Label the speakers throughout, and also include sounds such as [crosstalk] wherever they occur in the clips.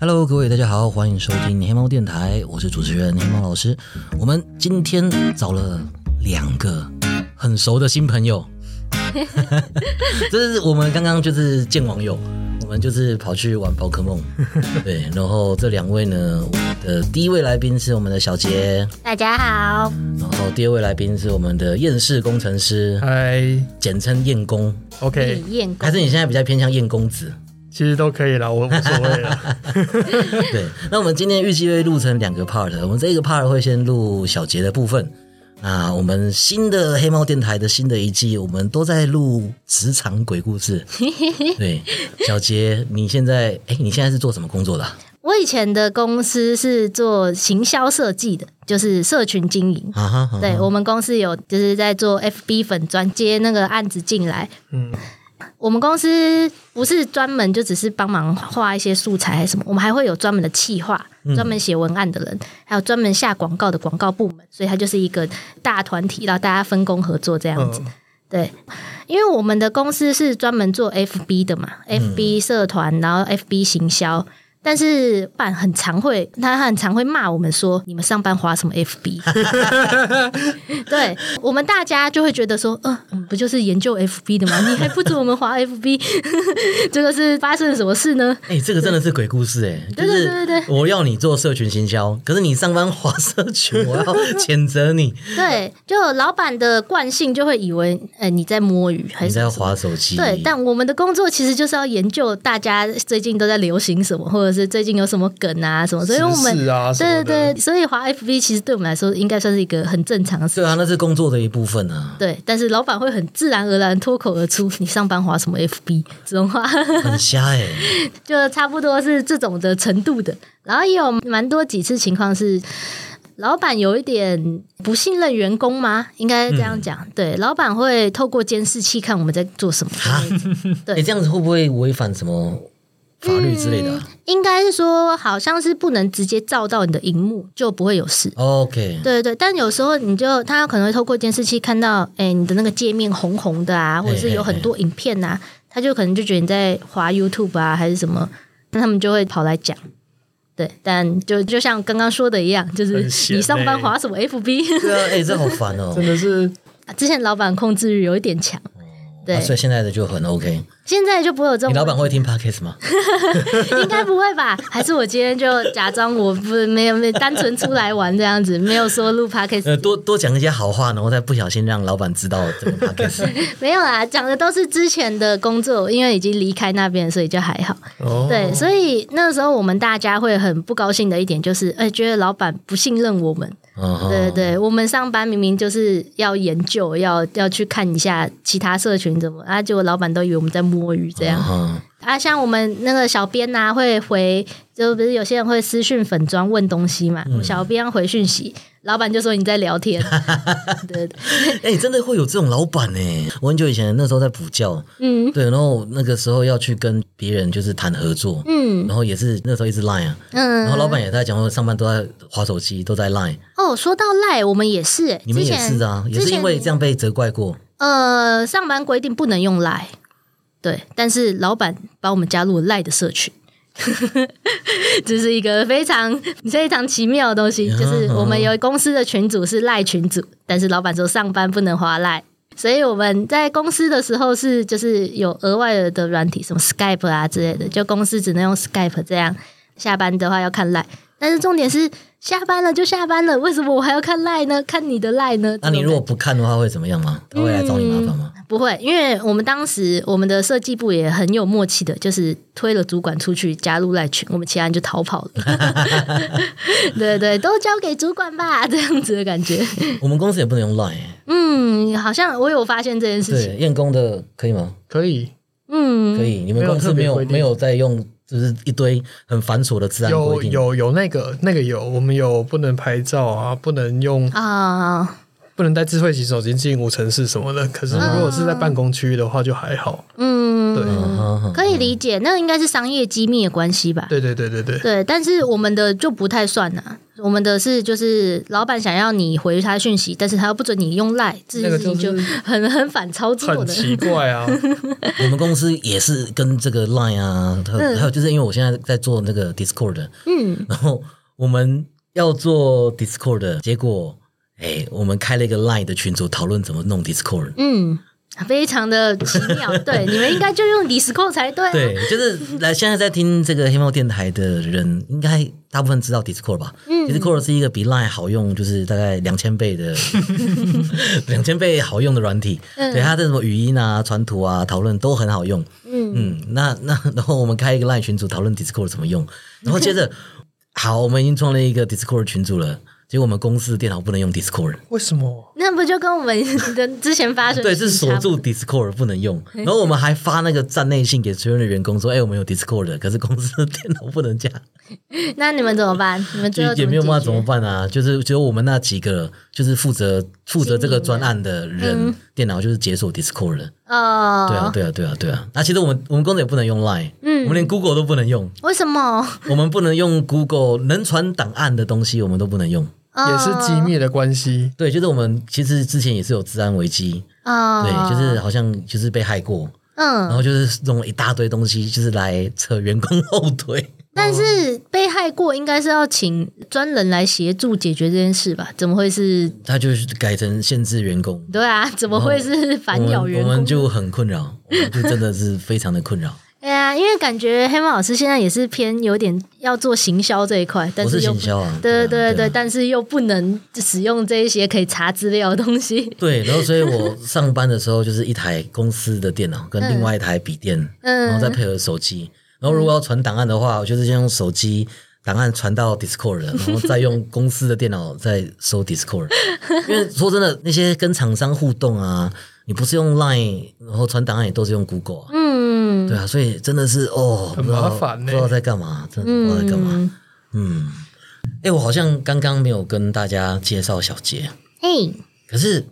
Speaker 1: Hello，各位大家好，欢迎收听黑猫电台，我是主持人黑猫老师。我们今天找了两个很熟的新朋友， [laughs] 这是我们刚刚就是见网友，我们就是跑去玩宝可梦，对。然后这两位呢，我们的第一位来宾是我们的小杰，
Speaker 2: 大家好，
Speaker 1: 然后第二位来宾是我们的厌世工程师，
Speaker 3: 嗨
Speaker 1: 简称厌工，
Speaker 3: ，OK，
Speaker 1: 嗯
Speaker 2: 李彦公
Speaker 1: 还是你现在比较偏向厌公子？
Speaker 3: 其实都可以了，我无所谓
Speaker 1: [laughs]
Speaker 3: 了。
Speaker 1: 对， [laughs] 那我们今天预计会录成两个 part，我们这一个 part 会先录小杰的部分。那我们新的黑猫电台的新的一季，我们都在录职场鬼故
Speaker 2: [laughs]
Speaker 1: 事。对，小杰，你现在哎、你现在是做什么工作的啊？
Speaker 2: 我以前的公司是做行销设计的，就是社群经营。
Speaker 1: 啊哈，啊
Speaker 3: 嗯
Speaker 1: 哈
Speaker 2: 对我们公司有就是在做 FB 粉专接那个案子进来，
Speaker 3: 嗯，
Speaker 2: 我们公司不是专门就只是帮忙画一些素材还是什么，我们还会有专门的企划、
Speaker 3: 嗯
Speaker 2: 专门写文案的人，还有专门下广告的广告部门，所以它就是一个大团体，让大家分工合作这样子。
Speaker 3: 嗯
Speaker 2: 对，因为我们的公司是专门做 FB 的嘛、f
Speaker 3: 嗯
Speaker 2: b 社团，然后 FB 行销。但是办很常会，他很常会骂我们说你们上班划什么 FB，对我们大家就会觉得说，呃，我们不就是研究 FB 的吗？你还不准我们划 FB，这个是发生了什么事呢？
Speaker 1: 哎、这个真的是鬼故事哎、
Speaker 2: 对对对对
Speaker 1: 就是我要你做社群行销，可是你上班划社群，我要谴责你，
Speaker 2: 对，就老板的惯性就会以为，呃，你在摸鱼 [laughs] 还
Speaker 1: 你
Speaker 2: 是
Speaker 1: 在划手机。
Speaker 2: 对，但我们的工作其实就是要研究大家最近都在流行什么，或者是最近有什么梗啊什么，所以我
Speaker 3: 时
Speaker 2: 们、
Speaker 3: 事啊什
Speaker 2: 对
Speaker 3: 么的，
Speaker 2: 对对，所以滑 FB 其实对我们来说应该算是一个很正常的事。
Speaker 1: 对啊，那是工作的一部分啊，
Speaker 2: 对，但是老板会很自然而然脱口而出，你上班滑什么 FB 这种话，
Speaker 1: 很瞎
Speaker 2: [laughs]
Speaker 1: 哎、
Speaker 2: 就差不多是这种的程度的。然后也有蛮多几次情况是，老板有一点不信任员工吗？应该这样讲。对，老板会透过监视器看我们在做什么。
Speaker 1: 哎、
Speaker 2: 对
Speaker 1: 这样子会不会违反什么法律之类的啊、
Speaker 2: 嗯应该是说，好像是不能直接照到你的荧幕，就不会有事。
Speaker 1: OK，
Speaker 2: 对对，但有时候你就他可能会透过监视器看到，哎，你的那个界面红红的啊，或者是有很多影片呐、啊，他就可能就觉得你在滑 YouTube 啊，还是什么，那他们就会跑来讲。对，但就就像刚刚说的一样，就是
Speaker 3: 很闲
Speaker 2: 你上班
Speaker 3: 欸
Speaker 2: 滑什么 FB，
Speaker 1: 对啊，
Speaker 2: [laughs]
Speaker 1: 哎、这好烦哦、
Speaker 3: 真的是
Speaker 2: 之前老板控制欲有一点强。对
Speaker 1: 啊，所以现在的就很 OK。
Speaker 2: 现在就不会有这种
Speaker 1: 你
Speaker 2: 问
Speaker 1: 老
Speaker 2: 题。
Speaker 1: 板会听 Podcast
Speaker 2: [laughs]
Speaker 1: 吗？
Speaker 2: 应该不会吧？还是我今天就假装我不没有没有单纯出来玩这样子，没有说录 podcast，、
Speaker 1: 呃，多多讲一些好话，然后再不小心让老板知道这
Speaker 2: [laughs]
Speaker 1: 个 Podcast。
Speaker 2: 没有啦，讲的都是之前的工作，因为已经离开那边，所以就还好。
Speaker 3: 哦，
Speaker 2: 对，所以那时候我们大家会很不高兴的一点就是，哎、觉得老板不信任我们。
Speaker 1: 嗯哼
Speaker 2: 对对对，我们上班明明就是要研究，要要去看一下其他社群怎么啊，结果老板都以为我们在摸鱼这样。
Speaker 1: 嗯
Speaker 2: 啊，像我们那个小编呐、会回，就不是有些人会私讯粉砖问东西嘛，
Speaker 1: 嗯
Speaker 2: 小编回讯息，老板就说你在聊
Speaker 1: [laughs]
Speaker 2: 天，对，对
Speaker 1: 哼哎、真的会有这种老板呢、我很久以前那时候在补教，
Speaker 2: 嗯
Speaker 1: 对，然后那个时候要去跟别人就是谈合作，
Speaker 2: 嗯
Speaker 1: 然后也是那时候一直 Line 啊，然后
Speaker 2: 嗯。
Speaker 1: 老板也在讲说上班都在划手机，都在 Line，
Speaker 2: 哦，说到赖，我们也是、欸，
Speaker 1: 你们
Speaker 2: 之
Speaker 1: 也
Speaker 2: 前
Speaker 1: 是啊，也是因为这，样被责怪过。
Speaker 2: 之前呃，上班规定不能用赖，对，但是老板把我们加入了赖的社群。 [laughs] 这是一个非常非常奇妙的东西，就是我们有公司的群组是赖群组，但是老板说上班不能划赖，所以我们在公司的时候是就是有额外的软体，什么 Skype 啊之类的，就公司只能用 Skype 这样。下班的话要看赖，但是重点是下班了就下班了，为什么我还要看赖呢？看你的赖呢？
Speaker 1: 那你如果不看的话会怎么样吗？他会来找你麻烦吗？
Speaker 2: 不会，因为我们当时我们的设计部也很有默契的，就是推了主管出去加入赖群，我们其他人就逃跑了。 [laughs] 对对，都交给主管吧，这样子的感觉。
Speaker 1: 我们公司也不能用 Line，欸、
Speaker 2: 嗯，好像我有发现这件事情。
Speaker 1: 对，验工的可以吗？
Speaker 3: 可以
Speaker 2: 嗯，
Speaker 1: 可以，你们
Speaker 3: 没有
Speaker 1: 公司
Speaker 3: 特
Speaker 1: 没
Speaker 3: 别
Speaker 1: 有
Speaker 3: 规定
Speaker 1: 没有在用，就是一堆很繁琐的治安
Speaker 3: 有
Speaker 1: 规定。
Speaker 3: 有有那个那个有，我们有不能拍照啊，不能用，
Speaker 2: 啊，
Speaker 3: 不能带智慧型手机进无尘室什么的。可是如果是在办公区域的话，就还
Speaker 1: 哦
Speaker 3: 好。
Speaker 2: 嗯，
Speaker 3: 对
Speaker 1: 嗯哼哼
Speaker 2: 可以理解，那应该是商业机密的关系吧？
Speaker 3: 对对对对对，
Speaker 2: 对，但是我们的就不太算呐、啊我们的是就是老板想要你回他讯息，但是他又不准你用赖，这
Speaker 3: 那
Speaker 2: 件
Speaker 3: 个
Speaker 2: 事
Speaker 3: 就
Speaker 2: 情就是很很反操作
Speaker 3: 很
Speaker 2: 的。
Speaker 3: 奇
Speaker 1: [laughs]
Speaker 3: 怪啊，
Speaker 1: 我们公司也是跟这个 Line 啊，还有还有就是因为我现在在做那个 Discord，
Speaker 2: 嗯，
Speaker 1: 然后我们要做 Discord，结果哎，我们开了一个 Line 的群组讨论怎么弄 Discord。
Speaker 2: 嗯，非常的奇
Speaker 1: [laughs]
Speaker 2: 妙。对，你们应该就用 Discord 才 [laughs] 对、啊。
Speaker 1: 对，就是来现在在听这个黑猫电台的人，应该大部分知道 Discord 吧、d i s c o r d 是一个比 Line 好用，就是大概两千倍的两千倍好用的软体。
Speaker 2: 嗯
Speaker 1: 对，它的什么语音啊、传图啊、讨论都很好用。
Speaker 2: 嗯，
Speaker 1: 嗯，那 [laughs] 那然后我们开一个 LINE 群组讨论 Discord 怎么用，然后接着好，我们已经创了一个 Discord 群组了，结果我们公司的电脑不能用 Discord，
Speaker 3: 为什么？
Speaker 2: 那不就跟我们的之前发生的
Speaker 1: 对，啊是
Speaker 2: 事情差
Speaker 1: 锁
Speaker 2: 不多
Speaker 1: 住 Discord 不能用，然后我们还发那个站内信给所有的员工说，哎、我们有 Discord，可是公司的电脑不能 [laughs] 加，
Speaker 2: 那你们怎么办？你们最后
Speaker 1: 也也没有办法怎么
Speaker 2: 解决？
Speaker 1: 办啊，就是只有我们那几个就是负责负责这个专案的嗯人，电脑就是解锁 Discord 了，
Speaker 2: 呃，
Speaker 1: 对啊，对啊，对啊，对啊，那、其实我们我们公司也不能用 Line，我们连 Google 都不能用。
Speaker 2: 为什么？
Speaker 1: 我们不能用 Google 能传档案的东西，我们都不能用。
Speaker 2: 呃
Speaker 3: 也是机密的关系，
Speaker 1: 对，就是我们其实之前也是有治安危机，
Speaker 2: 啊，
Speaker 1: 对，就是哦好像就是被害过，然
Speaker 2: 嗯，
Speaker 1: 后就是用了一大堆东西，就是来扯员工后腿。
Speaker 2: 但是被害过应该是要请专人来协助解决这件事吧？怎么会是？
Speaker 1: 他就是改成限制员工，
Speaker 2: 对啊，怎么会是反
Speaker 1: 我
Speaker 2: 咬
Speaker 1: 们
Speaker 2: 员
Speaker 1: 哦我
Speaker 2: 工
Speaker 1: 们？就很困扰，我们就真的是非常的困扰。
Speaker 2: 哎呀，因为感觉黑猫老师现在也是偏有点要做行销这一块， [laughs] 但
Speaker 1: 我是
Speaker 2: 又
Speaker 1: 行
Speaker 2: 不
Speaker 1: 销啊，
Speaker 2: 对对
Speaker 1: 对啊
Speaker 2: 对对，
Speaker 1: 啊
Speaker 2: 但是又不能使用这一些可以查资料的东西。
Speaker 1: 对，然后所以我上班的时候就是一台公司的电脑跟另外一台笔电，
Speaker 2: 嗯
Speaker 1: 然后再配合手机。然后如果要传档案的话，我就是先用手机档案传到 Discord，然后再用公司的电脑再收 Discord。因为说真的，那些跟厂商互动啊，你不是用 Line，然后传档案也都是用 Google 啊。
Speaker 2: 嗯，
Speaker 1: 对啊，所以真的是哦，
Speaker 3: 很
Speaker 1: 不知道
Speaker 3: 麻烦呢
Speaker 1: 不知道在干嘛，真的不知道在干嘛。
Speaker 2: 嗯，
Speaker 1: 嗯，哎、我好像刚刚没有跟大家介绍小杰。
Speaker 2: 嘿，
Speaker 1: 可是，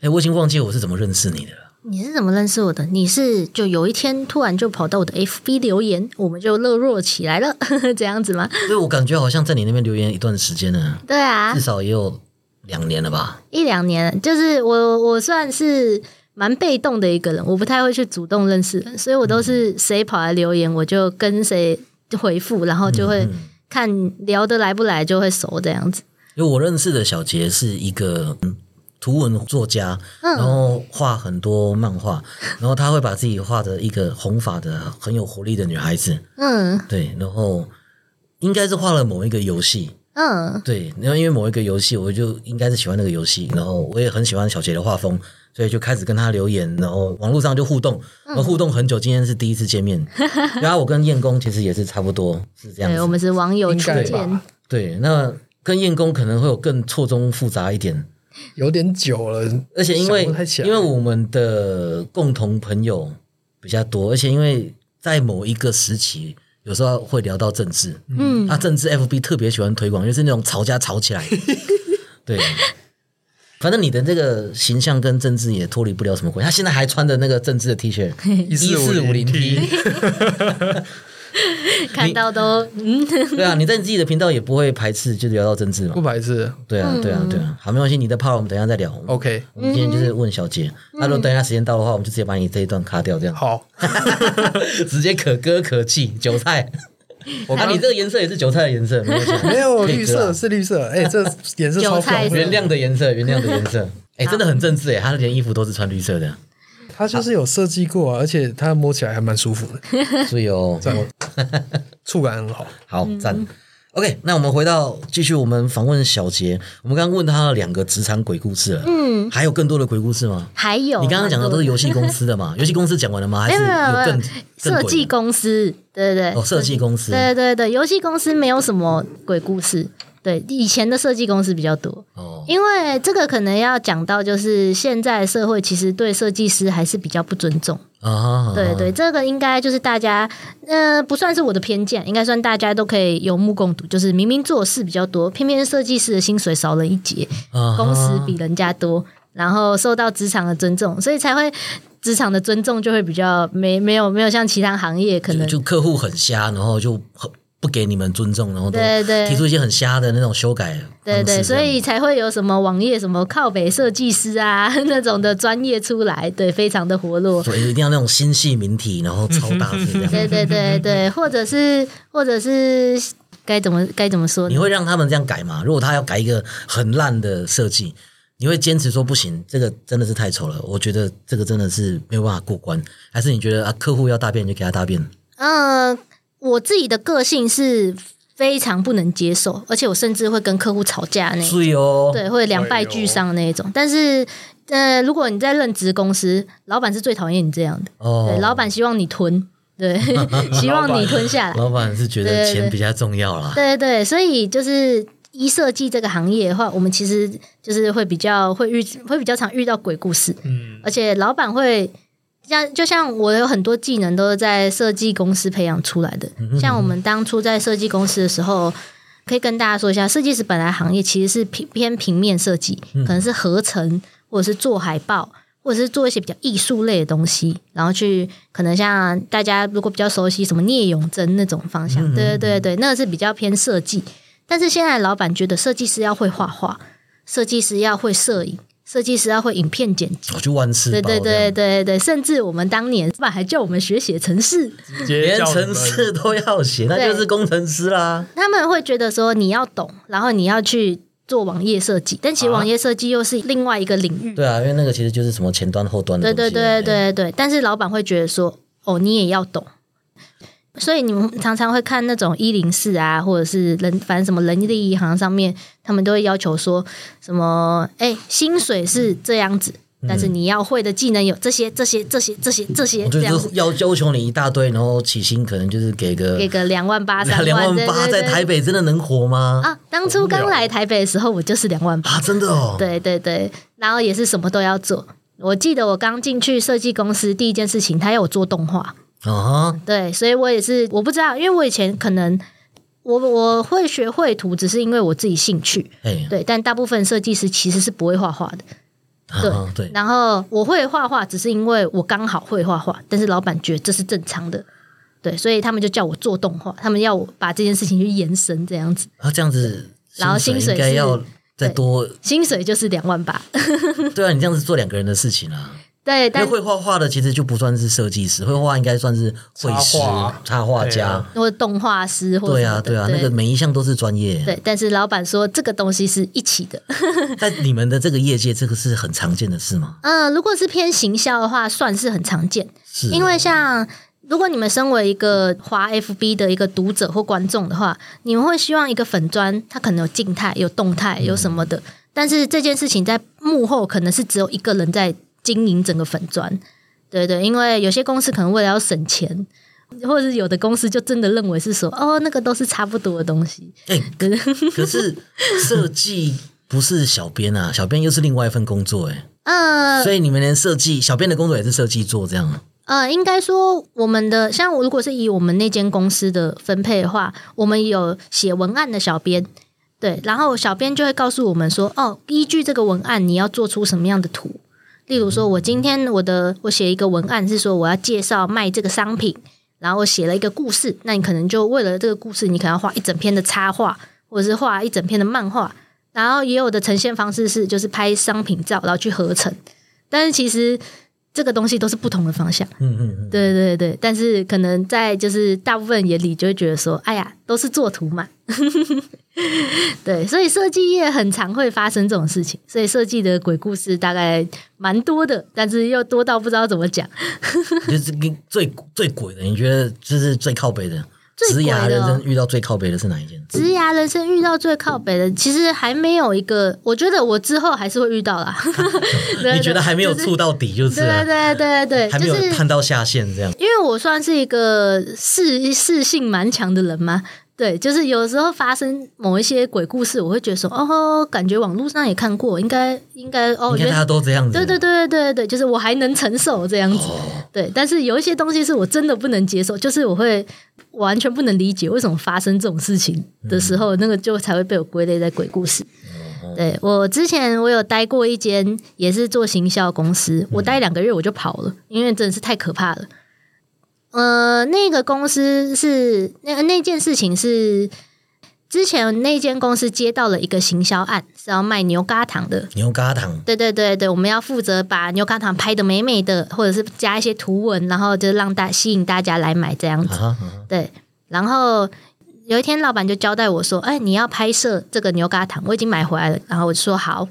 Speaker 1: 哎、我已经忘记我是怎么认识你的了。
Speaker 2: 你是怎么认识我的？你是就有一天突然就跑到我的 FB 留言，我们就热络起来了， [laughs] 这样子吗？
Speaker 1: 所以我感觉好像在你那边留言一段时间了，
Speaker 2: 对啊
Speaker 1: 至，少也有两年了吧？
Speaker 2: 一两年，就是我我算是蛮被动的一个人，我不太会去主动认识人，所以我都
Speaker 1: 嗯
Speaker 2: 是谁跑来留言，我就跟谁回复，然后就
Speaker 1: 嗯
Speaker 2: 会看聊得来不来，就会熟这样子。
Speaker 1: 因为我认识的小杰是一个嗯图文作家，然后画很多漫画，然后他会把自己画的一个红发的很有活力的女孩子，
Speaker 2: 嗯
Speaker 1: 对，然后应该是画了某一个游戏，
Speaker 2: 嗯
Speaker 1: 对，然后因为某一个游戏，我就应该是喜欢那个游戏，然后我也很喜欢小杰的画风，所以就开始跟他留言，然后网络上就互动，然后互动很久，今天是第一次见面。然后我跟燕公其实也是差不多是这样
Speaker 2: 对，我
Speaker 1: 子，
Speaker 2: 们是网友
Speaker 1: 哦
Speaker 3: 应
Speaker 2: 初
Speaker 3: 该
Speaker 2: 见
Speaker 3: 吧，？
Speaker 1: 对，那跟燕公可能会有更错综复杂一点，
Speaker 3: 有点久了，
Speaker 1: 而且因为
Speaker 3: 想不太起来
Speaker 1: 因为我们的共同朋友比较多，而且因为在某一个时期，有时候会聊到政治，
Speaker 2: 嗯
Speaker 1: 啊，政治 FB 特别喜欢推广，就是那种吵架吵起
Speaker 3: [laughs]
Speaker 1: 来。对，反正你的这个形象跟政治也脱离不了什么关系。他现在还穿着那个政治的 T 恤，一
Speaker 3: 1450 T
Speaker 2: 看到都嗯，
Speaker 1: [laughs] 对啊，你在你自己的频道也不会排斥，就聊到政治嘛
Speaker 3: 不。排斥
Speaker 1: 对啊，对啊，对啊。好，没关系，你的 part 我们等一下再聊。
Speaker 3: ，OK，
Speaker 1: 我们今天
Speaker 2: 嗯
Speaker 1: 就是问小姐，那如果等一下时间到的话，我们就直接把你这一段卡掉，这样 [laughs]
Speaker 3: 好，
Speaker 1: 直接可歌可泣，韭
Speaker 2: [laughs]
Speaker 1: 菜。
Speaker 3: 我
Speaker 1: 啊，
Speaker 3: 刚
Speaker 1: 你这个颜色也是韭菜的颜色，没关系
Speaker 3: 没有
Speaker 1: 可以
Speaker 3: 绿
Speaker 1: 割啊
Speaker 3: 色是绿色，哎，这颜色超
Speaker 2: 韭菜
Speaker 3: 漂
Speaker 1: 原
Speaker 3: 亮，
Speaker 1: 谅的颜色，原谅的颜色。哎，真的很正式哎，他连衣服都是穿绿色的。
Speaker 3: 它就是有设计过啊，而且它摸起来还蛮
Speaker 2: [laughs]
Speaker 3: 舒服的，
Speaker 1: 所以哦，我
Speaker 3: 触感很好。
Speaker 1: 好
Speaker 2: 嗯
Speaker 1: 赞。OK，那我 [laughs] 们回到继续我们访问小杰，我们刚刚问他了两个职场鬼故事了，嗯，还有更多的鬼故事吗？
Speaker 2: 还有
Speaker 1: 你刚刚讲的都是游戏公司的
Speaker 2: [laughs]
Speaker 1: 嘛？游戏公司讲完了吗？还是
Speaker 2: 哦没有没有
Speaker 1: 有更
Speaker 2: 没
Speaker 1: 更
Speaker 2: 设
Speaker 1: 鬼的
Speaker 2: 计公司，对对对，
Speaker 1: 哦，设计公司
Speaker 2: 对对对，游戏公司没有什么鬼故事，对，以前的设计公司比较多。
Speaker 1: 哦，
Speaker 2: 因为这个可能要讲到，就是现在社会其实对设计师还是比较不尊重。
Speaker 1: 啊，
Speaker 2: 对对，这个应该就是大家，呃，不算是我的偏见，应该算大家都可以有目共睹，就是明明做事比较多，偏偏设计师的薪水少了一截，
Speaker 1: 啊
Speaker 2: 工时比人家多，然后受到职场的尊重，所以才会职场的尊重就会比较没没有没有像其他行业可能
Speaker 1: 就客户很瞎，然后就很不给你们尊重，然后都
Speaker 2: 对对
Speaker 1: 提出一些很瞎的那种修改方
Speaker 2: 对
Speaker 1: 式这
Speaker 2: 对，
Speaker 1: 样
Speaker 2: 所以才会有什么网页什么靠北设计师啊 [laughs] 那种的专业出来，对，非常的活
Speaker 1: [laughs]
Speaker 2: 络。
Speaker 1: 所以哎一定要那种新系名体，然后超大字这
Speaker 2: [laughs] 对
Speaker 1: 样。
Speaker 2: 对对
Speaker 1: [laughs]
Speaker 2: 对，或者是或者是该怎么该怎么说
Speaker 1: 你
Speaker 2: 呢？
Speaker 1: 会让他们这样改吗？如果他要改一个很烂的设计，你会坚持说不行，这个真的是太丑了，我觉得这个真的是没有办法过关，还是你觉得啊，客户要大便你就给他大便？
Speaker 2: 嗯、我自己的个性是非常不能接受，而且我甚至会跟客户吵架那种。
Speaker 1: 注意哦，
Speaker 2: 对，会两败俱伤那一种。但是，呃，如果你在任职公司，老板是最讨厌你这样的。
Speaker 1: 哦
Speaker 2: 对，，老板希望你吞，对， [laughs] 希望你吞下来。
Speaker 1: 老板是觉得
Speaker 2: 对对
Speaker 1: 钱
Speaker 2: 对
Speaker 1: 比较重要啦。
Speaker 2: 对对对，所以就是一设计这个行业的话，我们其实就是会比较会遇会比较常遇到鬼故事，
Speaker 3: 嗯，
Speaker 2: 而且老板会。像就像我有很多技能都是在设计公司培养出来的，像我们当初在设计公司的时候，可以跟大家说一下，设计师本来行业其实是平偏平面设计，可能是合成或者是做海报，或者是做一些比较艺术类的东西，然后去可能像大家如果比较熟悉什么聂永贞那种方向，
Speaker 1: 嗯
Speaker 2: 对对对对，那个是比较偏设计。但是现在老板觉得设计师要会画画，设计师要会摄影，设计师要会影片剪辑，
Speaker 1: 我去万事
Speaker 2: 对
Speaker 1: 包
Speaker 2: 对
Speaker 1: 这
Speaker 2: 对
Speaker 1: 样，
Speaker 2: 对对，甚至我们当年老板还叫我们学写程式， [laughs]
Speaker 3: 直接
Speaker 1: 连
Speaker 3: 叫你们
Speaker 1: 程式都要写，那就是工程师啦。
Speaker 2: 他们会觉得说你要懂，然后你要去做网页设计，但其实
Speaker 1: 啊
Speaker 2: 网页设计又是另外一个领域。
Speaker 1: 对啊，因为那个其实就是什么前端后端的
Speaker 2: 对
Speaker 1: 东
Speaker 2: 对
Speaker 1: 西。
Speaker 2: 对
Speaker 1: 哎，
Speaker 2: 对对，但是老板会觉得说，哦，你也要懂。所以你们常常会看那种一零四啊，或者是人，反正什么人力银行上面，他们都会要求说什么，哎，薪水是这样子，
Speaker 1: 嗯
Speaker 2: 但是你要会的技能有这些、这些、这些、这些、这些，
Speaker 1: 我就
Speaker 2: 这样
Speaker 1: 是
Speaker 2: 子，
Speaker 1: 要要求你一大堆，然后起薪可能就是给个
Speaker 2: 给个两万八、三
Speaker 1: 两万
Speaker 2: 对
Speaker 1: 八，
Speaker 2: 对
Speaker 1: 在
Speaker 2: 对
Speaker 1: 台北真的能活吗？
Speaker 2: 啊，当初刚来台北的时候，我就是两
Speaker 1: [laughs]
Speaker 2: 万八。
Speaker 1: 啊，真的哦。
Speaker 2: 对对对，然后也是什么都要做。我记得我刚进去设计公司第一件事情，他要我做动画，
Speaker 1: 啊哈，
Speaker 2: 对，所以我也是我不知道，因为我以前可能我我会学绘图，只是因为我自己兴趣，
Speaker 1: 哎，
Speaker 2: 对，但大部分设计师其实是不会画画的，
Speaker 1: 啊哈对，
Speaker 2: 然后我会画画，只是因为我刚好会画画，但是老板觉得这是正常的，对，所以他们就叫我做动画，他们要我把这件事情去延伸这样子，
Speaker 1: 啊，这样子，
Speaker 2: 然后薪水
Speaker 1: 应该
Speaker 2: 是
Speaker 1: 要再多。
Speaker 2: 薪水就是两万八， [laughs]
Speaker 1: 对啊，你这样子做两个人的事情啊。
Speaker 2: 对，
Speaker 1: 因为
Speaker 2: 但
Speaker 1: 会画画的其实就不算是设计师，会画画应该算是绘师
Speaker 3: 插画、
Speaker 1: 插画
Speaker 3: 对
Speaker 1: 家
Speaker 3: 啊。
Speaker 2: 或者动画师或者
Speaker 1: 对
Speaker 2: 什
Speaker 1: 啊，
Speaker 2: 么的
Speaker 1: 对啊，那个每一项都是专业。
Speaker 2: 对，但是老板说这个东西是一起的。
Speaker 1: 在你们的这个业界，这个是很常见的事吗？
Speaker 2: 嗯、如果是偏行销的话，算是很常见，
Speaker 1: 是哦，
Speaker 2: 因为像。如果你们身为一个华 FB 的一个读者或观众的话，你们会希望一个粉砖它可能有静态、有动态、有什么的，但是这件事情在幕后可能是只有一个人在经营整个粉砖，对对，因为有些公司可能为了要省钱，或者是有的公司就真的认为是说哦，那个都是差不多的东西， [laughs]
Speaker 1: 哎、可可是设计不是小编啊， [laughs] 小编又是另外一份工作哎、
Speaker 2: 嗯、
Speaker 1: 所以你们连设计小编的工作也是设计做这样啊
Speaker 2: 呃，应该说我们的像我如果是以我们那间公司的分配的话，我们有写文案的小编，对，然后小编就会告诉我们说，哦，依据这个文案你要做出什么样的图。例如说，我今天我的我写一个文案是说我要介绍卖这个商品，然后我写了一个故事，那你可能就为了这个故事，你可能要画一整篇的插画，或者是画一整篇的漫画。然后也有的呈现方式是就是拍商品照，然后去合成。但是其实这个东西都是不同的方向。
Speaker 1: 嗯嗯嗯，
Speaker 2: 对对对，但是可能在就是大部分眼里就会觉得说，哎呀，都是作图嘛。 [laughs] 对，所以设计业很常会发生这种事情，所以设计的鬼故事大概蛮多的，但是又多到不知道怎么讲。
Speaker 1: 就是跟最最鬼的，你觉得就是最靠北的，
Speaker 2: 最
Speaker 1: 职
Speaker 2: 鬼的哦
Speaker 1: 涯人生遇到最靠北的是哪一件？
Speaker 2: 职涯人生遇到最靠北的，其实还没有一个，我觉得我之后还是会遇到啦。 [laughs] 对
Speaker 1: 你觉得还没有？触到底就是
Speaker 2: 对
Speaker 1: 了，
Speaker 2: 对对对
Speaker 1: 还
Speaker 2: 对，
Speaker 1: 没
Speaker 2: 就
Speaker 1: 有
Speaker 2: 是
Speaker 1: 探到下限这样。
Speaker 2: 因为我算是一个适适性蛮强的人嘛，对，就是有时候发生某一些鬼故事，我会觉得说，哦，感觉网络上也看过，应该应该哦，
Speaker 1: 你看
Speaker 2: 原
Speaker 1: 大家都这样子，
Speaker 2: 对对对对对对，就是我还能承受这样子，
Speaker 1: 哦，
Speaker 2: 对。但是有一些东西是我真的不能接受，就是我会完全不能理解为什么发生这种事情的时
Speaker 1: 嗯
Speaker 2: 候，那个就才会被我归类在鬼故事。
Speaker 1: 哦
Speaker 2: 对我之前我有待过一间
Speaker 1: 嗯
Speaker 2: 也是做行销公司，我待两个月我就跑了，因为真的是太可怕了。呃，那个公司是那那件事情是之前那间公司接到了一个行销案，是要卖牛轧糖的。
Speaker 1: 牛轧糖，
Speaker 2: 对对对对，我们要负责把牛轧糖拍的美美的，或者是加一些图文，然后就让大吸引大家来买这样子。
Speaker 1: 啊哈，
Speaker 2: 对，然后有一天老板就交代我说：“哎，你要拍摄这个牛轧糖，我已经买回来了。”然后我就说：“好。”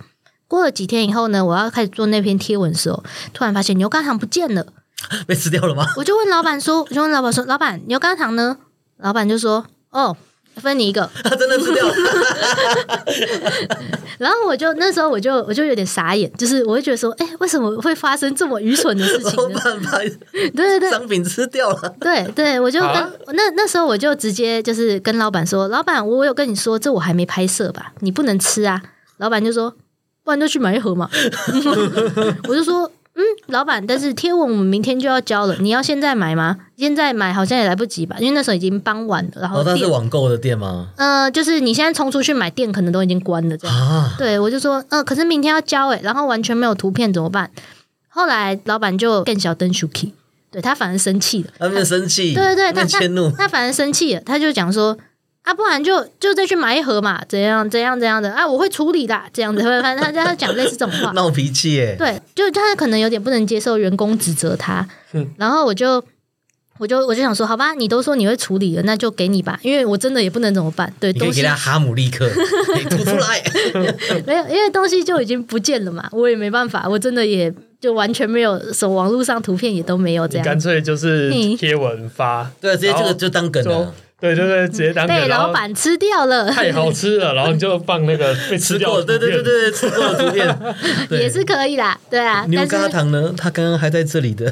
Speaker 2: 过了几天以后呢，我要开始做那篇贴文的时候，突然发现牛轧糖不见了。
Speaker 1: 被吃掉了吗？ [laughs]
Speaker 2: 我就问老板说：“我就问老板说，老板牛轧糖呢？”老板就说：“哦，分你一个。
Speaker 1: 他真的吃
Speaker 2: [laughs]
Speaker 1: 掉了，”
Speaker 2: 然后我就那时候我就我就有点傻眼，就是我会觉得说：“哎，为什么会发生这么愚蠢的事
Speaker 1: 老 [laughs]
Speaker 2: 情呢 [laughs]
Speaker 1: 板把？”
Speaker 2: 对对对，
Speaker 1: 商品吃掉了，
Speaker 2: 对对，我就跟、
Speaker 3: 好啊
Speaker 2: 那那时候我就直接就是跟老板说，老板，我有跟你说这我还没拍摄吧，你不能吃啊。老板就说，不然就去买一盒嘛。我就说，嗯，老板，但是贴文我们明天就要交了，你要现在买吗？现在买好像也来不及吧，因为那时候已经傍晚了，然后
Speaker 1: 哦，他是
Speaker 2: 店、
Speaker 1: 网购的店吗？
Speaker 2: 呃，就是你现在冲出去买，店可能都已经关了这
Speaker 1: [laughs]
Speaker 2: 样。
Speaker 1: 啊，
Speaker 2: 对，我就说，嗯、可是明天要交诶、然后完全没有图片怎么办？后来老板就更小灯 Suki，对他反而生气了。
Speaker 1: [laughs] 他们生气，
Speaker 2: 对对
Speaker 1: 他
Speaker 2: 对，他
Speaker 1: 们迁怒 [laughs]
Speaker 2: 他，他反而生气了，他就讲说啊，不然就就再去买一盒嘛，怎样怎样怎样的啊，我会处理的，这样子，反正他他讲类似这种
Speaker 1: [laughs]
Speaker 2: 话，
Speaker 1: 闹脾气耶，
Speaker 2: 啊对，就他可能有点不能接受员工指责他，然后我就。我就我就想说，好吧，你都说你会处理了，那就给你吧，因为我真的也不能怎么办。对，
Speaker 1: 你可
Speaker 2: 东
Speaker 1: 以给
Speaker 2: 西
Speaker 1: 他哈姆立克，你吐出来，
Speaker 2: [laughs] 没有，因为东西就已经不见了嘛，我也没办法，我真的也就完全没有，什么网络上图片也都没有这
Speaker 3: 你
Speaker 2: 样
Speaker 3: 干。脆就
Speaker 2: [laughs]
Speaker 3: 是
Speaker 2: 嗯
Speaker 3: 贴文发，
Speaker 1: 对，直接这
Speaker 3: 然
Speaker 1: 个
Speaker 3: 后
Speaker 1: 就当梗
Speaker 3: 就
Speaker 1: 了，
Speaker 3: 对对对，直接当
Speaker 2: 被老。
Speaker 3: 给然后
Speaker 2: 板吃掉了，
Speaker 3: 太好
Speaker 2: [laughs]
Speaker 3: 吃了，然后你就放那个被吃
Speaker 1: 吃
Speaker 3: 掉
Speaker 1: 过，
Speaker 3: 的
Speaker 1: 对对对
Speaker 3: 图
Speaker 1: 对，对吃过的
Speaker 3: 片
Speaker 1: 图片 [laughs] 对
Speaker 2: [laughs] 也是可以啦，对啊。
Speaker 1: 牛
Speaker 2: 但
Speaker 1: 轧
Speaker 2: 是
Speaker 1: 糖呢？他刚刚还在这里的，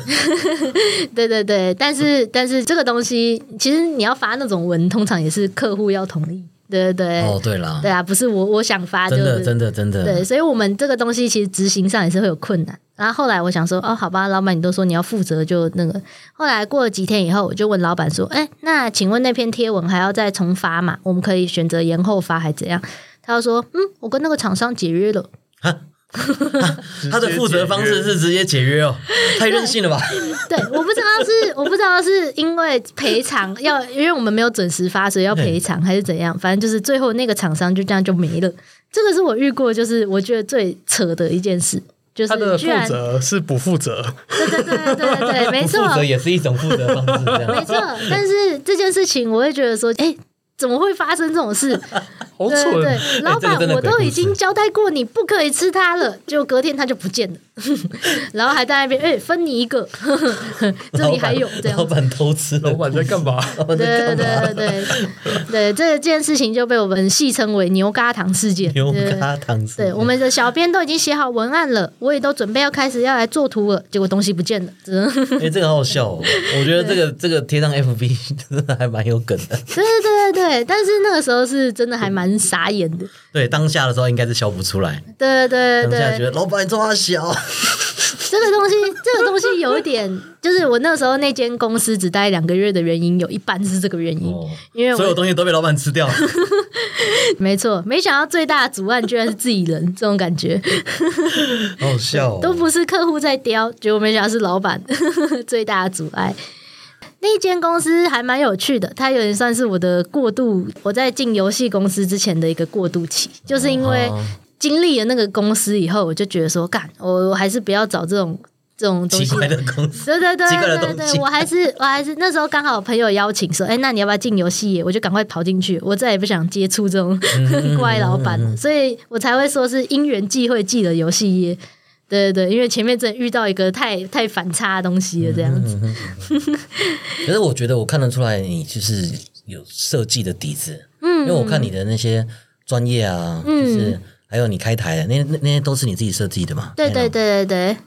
Speaker 2: 对对对，
Speaker 1: [laughs]
Speaker 2: 但是但是这个东西，其实你要发那种文，通常也是客户要同意，对对对，
Speaker 1: 哦，对啦
Speaker 2: 对，啊，不是我我想发就
Speaker 1: 真的
Speaker 2: 是
Speaker 1: 真的真
Speaker 2: 对，
Speaker 1: 的，
Speaker 2: 所以我们这个东西其实执行上也是会有困难。然后后来我想说，哦，好吧，老板你都说你要负责，就那个。后来过了几天以后，我就问老板说，哎，那请问那篇贴文还要再重发吗？我们可以选择延后发还怎样？他就说，嗯，我跟那个厂商解约了。
Speaker 1: 他的负责方式是直接解约哦，太任性了吧？
Speaker 2: 对，我不知道
Speaker 1: [laughs]
Speaker 2: 是我不知道是因为赔偿要，因为我们没有准时发，所以要赔偿还是怎样？反正就是最后那个厂商就这样就没了。这个是我遇过，就是我觉得最扯的一件事，就
Speaker 3: 他的
Speaker 2: 是
Speaker 3: 负
Speaker 2: 居然
Speaker 3: 责是不负责，
Speaker 2: 对对对对对
Speaker 1: [laughs]
Speaker 2: 对，没
Speaker 1: 不
Speaker 2: 错
Speaker 1: 负责也是一种负责方式，这
Speaker 2: 没
Speaker 1: 样。
Speaker 2: 错。但是这件事情，我会觉得说，哎、怎么会发生这
Speaker 1: [laughs]
Speaker 2: 种事？
Speaker 3: 好
Speaker 2: 对对
Speaker 3: 蠢！
Speaker 2: 对，老
Speaker 1: 这个
Speaker 2: 板
Speaker 1: 真，的
Speaker 2: 我都
Speaker 1: 鬼
Speaker 2: 已
Speaker 1: 故事
Speaker 2: 经交代过你不可以吃它了，就隔天它就不见了， [laughs] 然后还在那边，哎、分你一个， [laughs] 这里还有这
Speaker 1: [laughs]
Speaker 2: 样
Speaker 1: 老板偷吃了，
Speaker 3: 老板在干嘛？
Speaker 1: 老板在
Speaker 2: 对
Speaker 1: 干嘛？
Speaker 2: 对对对对，这件事情就被我们戏称为牛轧糖事件。
Speaker 1: 牛
Speaker 2: 对
Speaker 1: 轧糖是
Speaker 2: 对，我们的小编都已经写好文案了，我也都准备要开始要来做图了，结果东西不见了。 [laughs] 真的
Speaker 1: 哎、这个好好
Speaker 2: [laughs]
Speaker 1: 笑哦！我觉得这个这个贴上 FB 真的还蛮有梗的。
Speaker 2: 对对对对对，但是那个时候是真的还蛮傻眼的。
Speaker 1: 对，当下的时候应该是笑不出来，
Speaker 2: 对对
Speaker 1: 当下
Speaker 2: 对
Speaker 1: 觉
Speaker 2: 对，
Speaker 1: 得老板你抓小，
Speaker 2: 这个东西，这个东西有一点，就是我那时候那间公司只待两个月的原因，有一半是这个原因，
Speaker 1: 哦
Speaker 2: 因为
Speaker 1: 所有
Speaker 2: 我
Speaker 1: 东西都被老板
Speaker 2: [laughs]
Speaker 1: 吃掉。
Speaker 2: 没错，没想到最大的阻碍居然是自己人，这种感觉。
Speaker 1: 好好笑、
Speaker 2: 都
Speaker 1: 哦。
Speaker 2: 不是客户在刁，结果没想到是老板 [laughs] 最大的阻碍。那一间公司还蛮有趣的，它有点算是我的过渡，我在进游戏公司之前的一个过渡期，就是因为
Speaker 1: 哦
Speaker 2: 经历了那个公司以后，我就觉得说，干，我我还是不要找这种这种
Speaker 1: [laughs]
Speaker 2: 东
Speaker 1: 奇
Speaker 2: 西
Speaker 1: 怪的公司，
Speaker 2: 对对对
Speaker 1: 奇怪的
Speaker 2: 对
Speaker 1: 东
Speaker 2: 对
Speaker 1: 西
Speaker 2: 对，我还是我还是那时候刚好朋友邀请说，哎，那你要不要进游戏业？我就赶快跑进去，我再也不想接触这种
Speaker 1: 嗯
Speaker 2: [laughs] 怪老板了，所以我才会说是因缘际会进了游戏业。对对对，因为前面真的遇到一个太太反差的东西了，这样
Speaker 1: 嗯
Speaker 2: 子。
Speaker 1: 可是我觉得我看得出来，你就是有设计的底子。嗯，因为我看你的那些专业啊，
Speaker 2: 嗯
Speaker 1: 就是还有你开台的那那那些都是你自己设计的嘛。啊
Speaker 2: 对对对对对，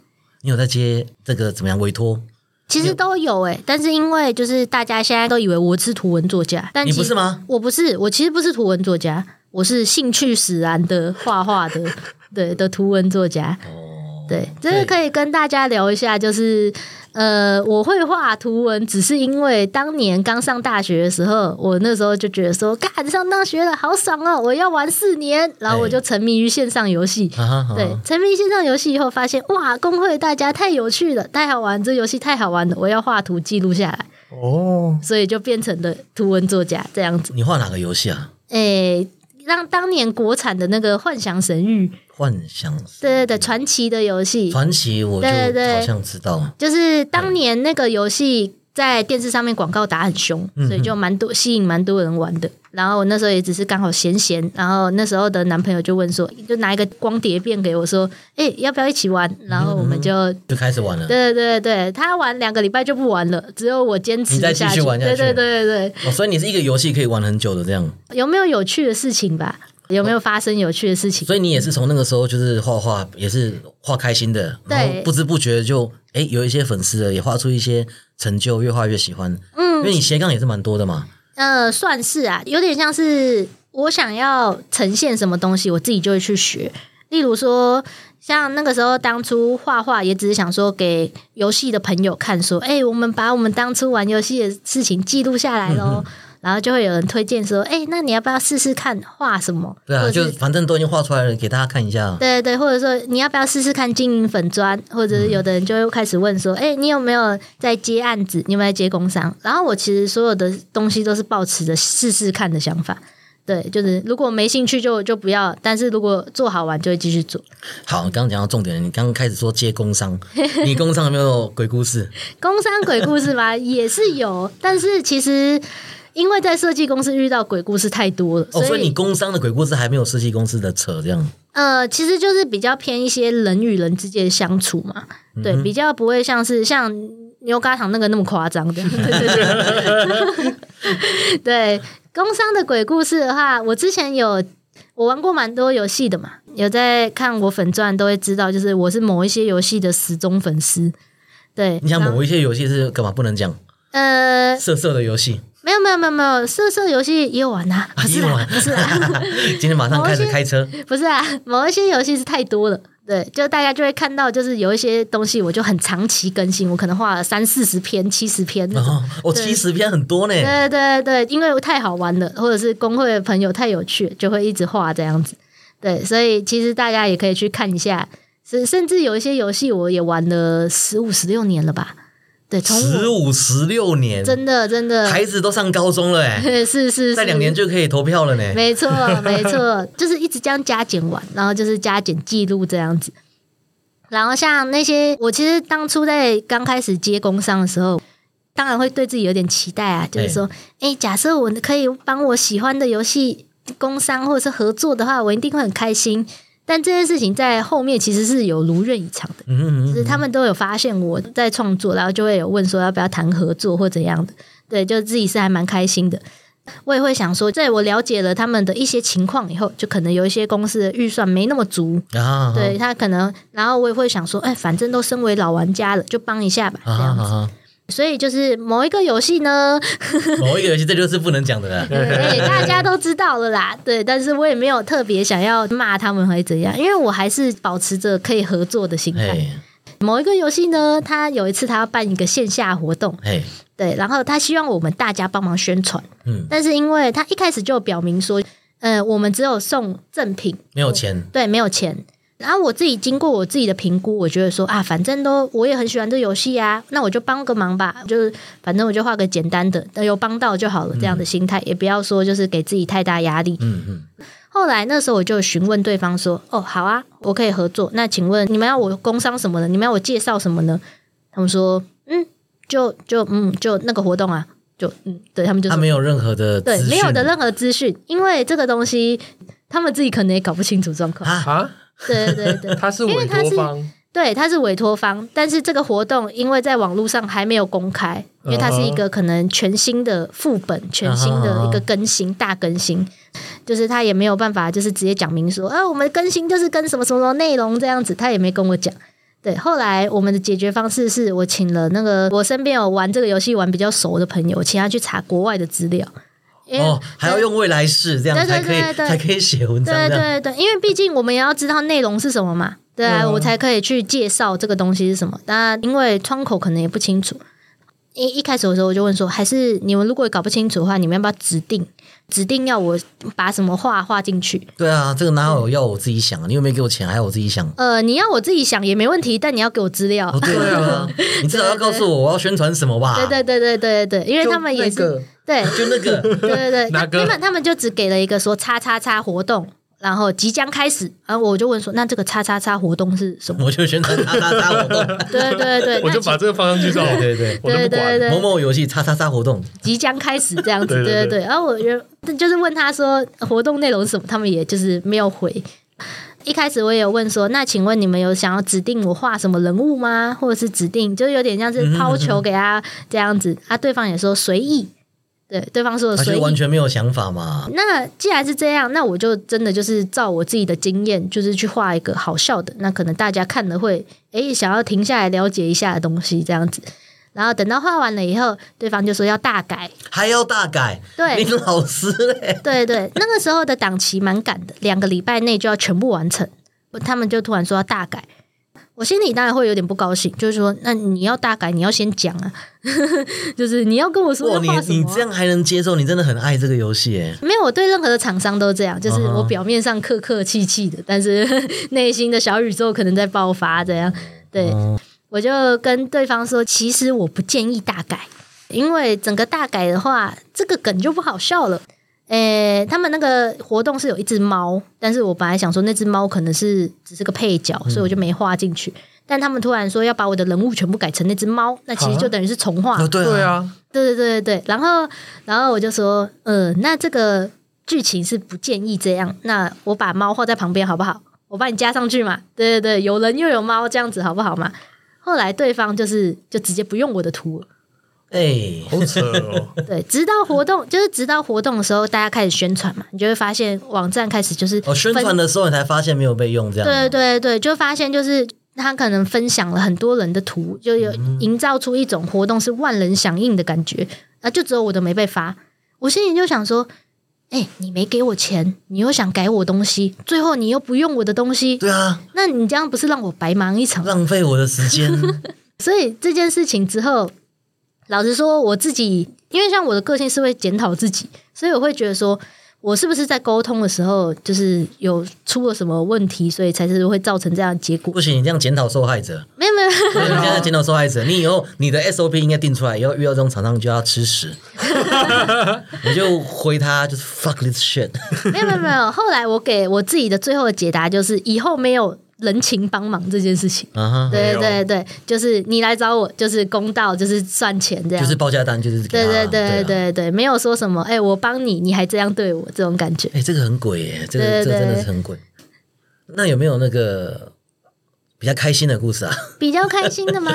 Speaker 1: 你有在接这个怎么样委托？
Speaker 2: 其实都有哎、但是因为就是大家现在都以为我是图文作家，但
Speaker 1: 你
Speaker 2: 其
Speaker 1: 不
Speaker 2: 实
Speaker 1: 是吗？
Speaker 2: 我不是，我其实不是图文作家，我是兴趣使然的画
Speaker 1: [laughs]
Speaker 2: 画的，对的图文作家。
Speaker 1: 哦，
Speaker 2: 对，这个可以跟大家聊一下，就是呃，我会画图文，只是因为当年刚上大学的时候，我那时候就觉得说，干上大学了，好爽哦，我要玩四年，然后我就沉迷于线上游戏。
Speaker 1: 啊哈，
Speaker 2: 对，沉迷线上游戏以后，发现哇，工会大家太有趣了，太好玩，这游戏太好玩了，我要画图记录下来。
Speaker 3: 哦，
Speaker 2: 所以就变成了图文作家这样
Speaker 1: [laughs]
Speaker 2: 子。
Speaker 1: 你画哪个游戏啊？
Speaker 2: 诶、让当年国产的那个《幻想神域》，
Speaker 1: 幻想
Speaker 2: 对对对，传奇的游戏，
Speaker 1: 传奇，我就
Speaker 2: 对对对
Speaker 1: 好像知道了。
Speaker 2: 就是当年那个游戏在电视上面广告打很凶，所以就蛮多吸引蛮多人玩的。然后我那时候也只是刚好闲闲，然后那时候的男朋友就问说，就拿一个光碟片给我说，哎、要不要一起玩？然后我们就。
Speaker 1: 就开始玩 [laughs] 了。
Speaker 2: 对对对对，他玩两个礼拜就不玩了，只有我坚持
Speaker 1: 你再继
Speaker 2: 下
Speaker 1: 续玩下去
Speaker 2: 对对对对对，
Speaker 1: 哦，所以你是一个游戏可以玩很久的这样，
Speaker 2: 有没有有趣的事情吧？有没有发生有趣的事情？
Speaker 1: 所以你也是从那个时候就是画画，也是画开心的，
Speaker 2: 对
Speaker 1: 然后不知不觉就哎有一些粉丝了，也画出一些成就，越画越喜欢。嗯，因为你斜杠也是蛮多的嘛。
Speaker 2: 呃，算是啊，有点像是我想要呈现什么东西，我自己就会去学。例如说，像那个时候当初画画，也只是想说给游戏的朋友看，说，哎、我们把我们当初玩游戏的事情记录下
Speaker 1: [laughs]
Speaker 2: 来喽。然后就会有人推荐说，哎、那你要不要试试看画什么？
Speaker 1: 对
Speaker 2: 或
Speaker 1: 啊，
Speaker 2: 者
Speaker 1: 就是反正都已经画出来了，给大家看一下。
Speaker 2: 对对对，或者说你要不要试试看经营粉砖，或者是有的人就会开始问说，哎、你有没有在接案子？你有没有在接工商？然后我其实所有的东西都是抱持着试试看的想法。对，就是如果没兴趣就就不要，但是如果做好玩就会继续做。
Speaker 1: 好，刚刚讲到重点了，你刚刚开始说接工
Speaker 2: [laughs]
Speaker 1: 商，你工商有没有鬼故事？
Speaker 2: 工商鬼故事吗？也是有，但是其实因为在设计公司遇到鬼故事太多了，
Speaker 1: 哦，所以你工商的鬼故事还没有设计公司的扯这样。
Speaker 2: 呃，其实就是比较偏一些人与人之间的相处嘛，对，比较不会像是像牛轧糖那个那么夸张的。对，工商的鬼故事的话，我之前有我玩过蛮多游戏的嘛，有在看我粉钻都会知道，就是我是某一些游戏的死忠粉丝。对，
Speaker 1: 你想
Speaker 2: 然后
Speaker 1: 某一些游戏是干嘛不能讲？
Speaker 2: 呃，
Speaker 1: 色色的游戏，
Speaker 2: 没有没有没有没有，色色游戏也有玩呐、啊，不是
Speaker 1: 你有
Speaker 2: 啦
Speaker 1: 玩
Speaker 2: [laughs] 不是啊啦。
Speaker 1: 今天马上开始开车，
Speaker 2: 不是啊， [laughs] 某一些游戏是太多了，对，就大家就会看到，就是有一些东西我就很长期更新，我可能画了三四十篇、七十篇那
Speaker 1: 然
Speaker 2: 种。
Speaker 1: 后哎哦，
Speaker 2: 对
Speaker 1: 七十篇很多呢。
Speaker 2: 对对对，因为太好玩了，或者是工会的朋友太有趣了，就会一直画这样子。对，所以其实大家也可以去看一下，甚甚至有一些游戏我也玩了十五、十六年了吧？对，从
Speaker 1: 十
Speaker 2: 我
Speaker 1: 五十六年，
Speaker 2: 真的真的，
Speaker 1: 孩子都上高中了哎、
Speaker 2: 嗯 [laughs] 是是是，
Speaker 1: 在两年就可以投票了呢。
Speaker 2: 没错，没错，就是一直这样加减完，然后就是加减记录这样子。然后像那些，我其实当初在刚开始接工商的时候，当然会对自己有点期待啊，就是说，哎、假设我可以帮我喜欢的游戏工商或者是合作的话，我一定会很开心。但这件事情在后面其实是有如愿以偿的，
Speaker 1: 嗯嗯
Speaker 2: 就是他们都有发现我在创作，然后就会有问说要不要谈合作或怎样的。对，就自己是还蛮开心的。我也会想说，在我了解了他们的一些情况以后，就可能有一些公司的预算没那么足，
Speaker 1: 嗯啊，
Speaker 2: 对他可能，然后我也会想说，哎，反正都身为老玩家了，就帮一下吧，这
Speaker 1: 啊
Speaker 2: 样
Speaker 1: 啊
Speaker 2: 子。
Speaker 1: 啊！
Speaker 2: 所以就是某一个游戏
Speaker 1: [laughs]
Speaker 2: 呢，
Speaker 1: 某一个游戏这就是不能讲的了。
Speaker 2: 对，大家都知道了啦，对，但是我也没有特别想要骂他们还是怎样，因为我还是保持着可以合作的心态。
Speaker 1: 嘿，
Speaker 2: 某一个游戏呢，他有一次他要办一个线下活动，
Speaker 1: 嘿，
Speaker 2: 对，然后他希望我们大家帮忙宣传，
Speaker 1: 嗯，
Speaker 2: 但是因为他一开始就表明说，呃，我们只有送赠品，
Speaker 1: 没有钱，
Speaker 2: 对，没有钱。然后我自己经过我自己的评估，我觉得说啊，反正都我也很喜欢这游戏啊，那我就帮个忙吧，就是反正我就画个简单的，有帮到就好了，这样的心态，也不要说就是给自己太大压力。
Speaker 1: 嗯嗯，
Speaker 2: 后来那时候我就询问对方说：“哦，好啊，我可以合作。那请问你们要我工商什么呢？你们要我介绍什么呢？”他们说：“嗯，就就嗯，就那个活动啊，就嗯，对他们就
Speaker 1: 他
Speaker 2: 说
Speaker 1: 没有任何的
Speaker 2: 对
Speaker 1: 资讯
Speaker 2: 没有的任何资讯，因为这个东西他们自己可能也搞不清楚状况。
Speaker 1: 啊，
Speaker 3: 啊，
Speaker 2: 对对对，
Speaker 3: [laughs] 他是
Speaker 2: 因为
Speaker 3: 委
Speaker 2: 他
Speaker 3: 托
Speaker 2: 是
Speaker 3: 方，
Speaker 2: 对，他是委托方，但是这个活动因为在网络上还没有公开，因为它是一个可能全新的副本、全新的一个更新、大更新，就是他也没有办法，就是直接讲明说，啊，我们更新就是跟什么什么什么内容这样子，他也没跟我讲。对，后来我们的解决方式是我请了那个我身边有玩这个游戏玩比较熟的朋友，我请他去查国外的资料，因为
Speaker 1: 哦，还要用未来式这样
Speaker 2: 对对
Speaker 1: 才可以
Speaker 2: 哎对对
Speaker 1: 才可以写文章
Speaker 2: 对
Speaker 1: 这样。
Speaker 2: 对对，因为毕竟我们也要知道内容是什么嘛，
Speaker 3: 啊
Speaker 2: 对啊，我才可以去介绍这个东西是什么。当然，因为窗口可能也不清楚。一一开始的时候我就问说，还是你们如果搞不清楚的话，你们要不要指定指定要我把什么画画进去？
Speaker 1: 对啊，这个哪有要我自己想啊？你有没有给我钱，还要我自己想？
Speaker 2: 呃，你要我自己想也没问题，但你要给我资料。
Speaker 1: 哦，对
Speaker 2: [laughs]
Speaker 1: 啊，你至少要告诉我我要宣传什么吧？
Speaker 2: 对对对对对对，因为他们也是、
Speaker 3: 就那个
Speaker 2: 对
Speaker 1: 就那个，
Speaker 2: 对对对，
Speaker 3: [laughs] 哪
Speaker 2: 他
Speaker 3: 个
Speaker 2: 原本他们就只给了一个说叉叉叉活动，然后即将开始，然后我就问说，那这个叉叉叉活动是什么？ [laughs]
Speaker 1: 我就宣传叉叉叉活动，
Speaker 2: 对对对，
Speaker 3: 我
Speaker 2: 那
Speaker 3: 就把这个放上去就好了，
Speaker 1: 对对
Speaker 3: 我
Speaker 2: [laughs]
Speaker 3: 都
Speaker 2: 对
Speaker 3: 不
Speaker 2: 对
Speaker 3: 管。
Speaker 1: 某
Speaker 2: 对，
Speaker 1: 某游戏叉叉叉活动，
Speaker 2: 即将开始这样子，对
Speaker 3: 对对
Speaker 2: 对
Speaker 3: 对
Speaker 2: 对。然后我就就是问他说活动内容是什么，他们也就是没有回。一开始我也有问说，那请问你们有想要指定我画什么人物吗？或者是指定就是有点像是抛球给他这样子，啊，对方也说随意，对，对方说的
Speaker 1: 他
Speaker 2: 随
Speaker 1: 就
Speaker 2: 意，
Speaker 1: 完全没有想法嘛。
Speaker 2: 那既然是这样，那我就真的就是照我自己的经验，就是去画一个好笑的，那可能大家看了会诶想要停下来了解一下的东西这样子。然后等到画完了以后，对方就说要大改，
Speaker 1: 还要大改，
Speaker 2: 对
Speaker 1: 林老师嘞，
Speaker 2: 对对，那个时候的档期蛮赶的，两个礼拜内就要全部完成。他们就突然说要大改，我心里当然会有点不高兴，就是说，那你要大改，你要先讲啊， [laughs] 就是你要跟我说
Speaker 1: 哇，
Speaker 2: 要
Speaker 1: 你
Speaker 2: 画什么啊、
Speaker 1: 你这样还能接受？你真的很爱这个游戏耶，
Speaker 2: 没有，我对任何的厂商都这样，就是
Speaker 1: 嗯哼
Speaker 2: 我表面上客客气气的，但是 [laughs] 内心的小宇宙可能在爆发，这样。对，
Speaker 1: 嗯
Speaker 2: 我就跟对方说，其实我不建议大改，因为整个大改的话，这个梗就不好笑了。诶，他们那个活动是有一只猫，但是我本来想说那只猫可能是只是个配角，
Speaker 1: 嗯
Speaker 2: 所以我就没画进去。但他们突然说要把我的人物全部改成那只猫，那
Speaker 1: 啊
Speaker 2: 其实就等于是重画。
Speaker 1: 哦对
Speaker 3: 对
Speaker 1: 啊，
Speaker 3: 啊，
Speaker 2: 对对对对对，然后然后我就说，呃，那这个剧情是不建议这样，那我把猫画在旁边好不好？我帮你加上去嘛，对对对，有人又有猫，这样子好不好嘛？后来对方就是就直接不用我的图了，
Speaker 1: 哎，
Speaker 3: 好
Speaker 2: [laughs]
Speaker 3: 扯哦，
Speaker 2: 对，直到活动就是直到活动的时候，大家开始宣传嘛，你就会发现网站开始就是
Speaker 1: 哦，宣
Speaker 2: 分
Speaker 1: 传的时候你才发现没有被用，这样
Speaker 2: 对对对，就发现就是他可能分享了很多人的图，就有营造出一种活动是万人响应的感觉，啊，就只有我的没被发。我心里就想说，哎、你没给我钱，你又想改我东西，最后你又不用我的东西，
Speaker 1: 对啊，
Speaker 2: 那你这样不是让我白忙一场？
Speaker 1: 浪费我的时间， [laughs]
Speaker 2: 所以这件事情之后，老实说，我自己因为像我的个性是会检讨自己，所以我会觉得说，我是不是在沟通的时候就是有出了什么问题，所以才是会造成这样的结果
Speaker 1: 不。行，你这样检讨受害者，
Speaker 2: 没有没有，
Speaker 1: 你现在检讨受害者，你以后你的 SOP 应该定出来，以后遇到这种厂商你就要吃 [laughs] 屎，你就回他就是 fuck this shit，
Speaker 2: 没有没有没有。后来我给我自己的最后的解答就是，以后没有人情帮忙这件事情。
Speaker 1: 啊哈，
Speaker 2: 对
Speaker 3: 没有
Speaker 2: 对对，就是你来找我，就是公道，就是算钱这
Speaker 1: [laughs]
Speaker 2: 样。
Speaker 1: 就是报价单就是给
Speaker 2: 对
Speaker 1: 他
Speaker 2: 对
Speaker 1: 对
Speaker 2: 对
Speaker 1: 啊
Speaker 2: 对对，没有说什么，哎、我帮你，你还这样对我，这种感觉。
Speaker 1: 哎、这个很鬼耶，这个
Speaker 2: 对对
Speaker 1: 这个真的
Speaker 2: 对
Speaker 1: 是很鬼。那有没有那个比较开心的故事
Speaker 2: [laughs]
Speaker 1: 啊？
Speaker 2: 比较开心
Speaker 1: [laughs]
Speaker 2: 的吗？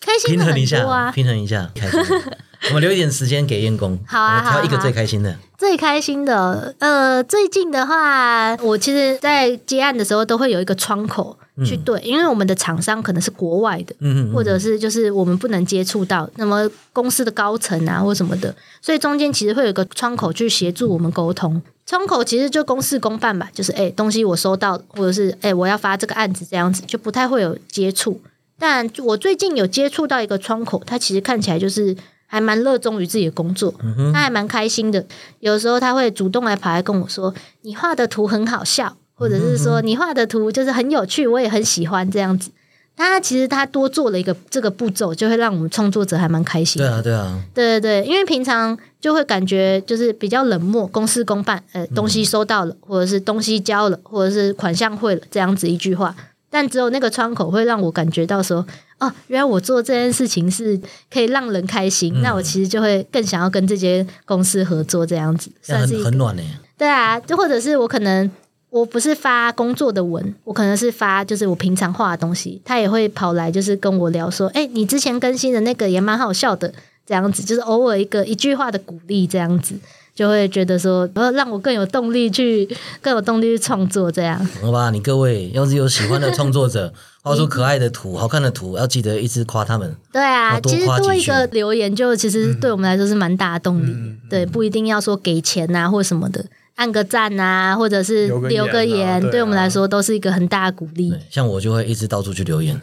Speaker 2: 开心
Speaker 1: 平
Speaker 2: 的
Speaker 1: 衡一
Speaker 2: 很多
Speaker 1: 下，
Speaker 2: 啊。
Speaker 1: 平衡一下，开心
Speaker 2: [laughs]
Speaker 1: 的。我们留一点时间给燕公，
Speaker 2: 好啊
Speaker 1: 我们
Speaker 2: 好
Speaker 1: 挑
Speaker 2: 啊
Speaker 1: 一个
Speaker 2: 好啊
Speaker 1: 最开心的。
Speaker 2: 最开心的，呃，最近的话，我其实在接案的时候都会有一个窗口
Speaker 1: 嗯
Speaker 2: 去对，因为我们的厂商可能是国外的，
Speaker 1: 嗯嗯嗯，
Speaker 2: 或者是就是我们不能接触到那么公司的高层啊或什么的，所以中间其实会有一个窗口去协助我们沟通。窗口其实就公事公办吧，就是哎、东西我收到了，或者是哎、我要发这个案子这样子，就不太会有接触。但我最近有接触到一个窗口，他其实看起来就是还蛮热衷于自己的工作，他还蛮开心的。有时候他会主动来跑来跟我说：“你画的图很好笑。”或者是说你画的图就是很有趣，我也很喜欢这样子。他其实他多做了一个这个步骤，就会让我们创作者还蛮开心
Speaker 1: 对
Speaker 2: 的。
Speaker 1: 啊对啊，
Speaker 2: 对对对，因为平常就会感觉就是比较冷漠，公事公办，呃，东西收到了，或者是东西交了，或者是款项汇了，这样子一句话。但只有那个窗口会让我感觉到说，哦，原来我做这件事情是可以让人开心，那我
Speaker 1: 嗯
Speaker 2: 其实就会更想要跟这间公司合作，这样子
Speaker 1: 这样
Speaker 2: 算是一
Speaker 1: 很
Speaker 2: 个
Speaker 1: 很暖呢。
Speaker 2: 对啊，就或者是我可能我不是发工作的文，我可能是发就是我平常画的东西，他也会跑来就是跟我聊说，哎、你之前更新的那个也蛮好笑的，这样子就是偶尔一个一句话的鼓励，这样子就会觉得说，呃，让我更有动力去更有动力去创作这样。
Speaker 1: 好吧，你各位要是有喜欢的创作者，
Speaker 2: [laughs]
Speaker 1: 画出可爱的图、好看的图，要记得一直夸他们。
Speaker 2: 对啊
Speaker 1: 要，多
Speaker 2: 其实
Speaker 1: 夸
Speaker 2: 多
Speaker 1: 几
Speaker 2: 一个
Speaker 1: 句
Speaker 3: 嗯
Speaker 2: 留言就其实对我们来说是蛮大的动力的，对，不一定要说给钱啊或什么的，按个赞啊，或者是
Speaker 3: 留个
Speaker 2: 留个
Speaker 3: 言啊
Speaker 2: 言，
Speaker 3: 对啊
Speaker 2: 对我们来说都是一个很大的鼓励
Speaker 1: 对。，像我就会一直到处去留
Speaker 2: [laughs]
Speaker 1: 言，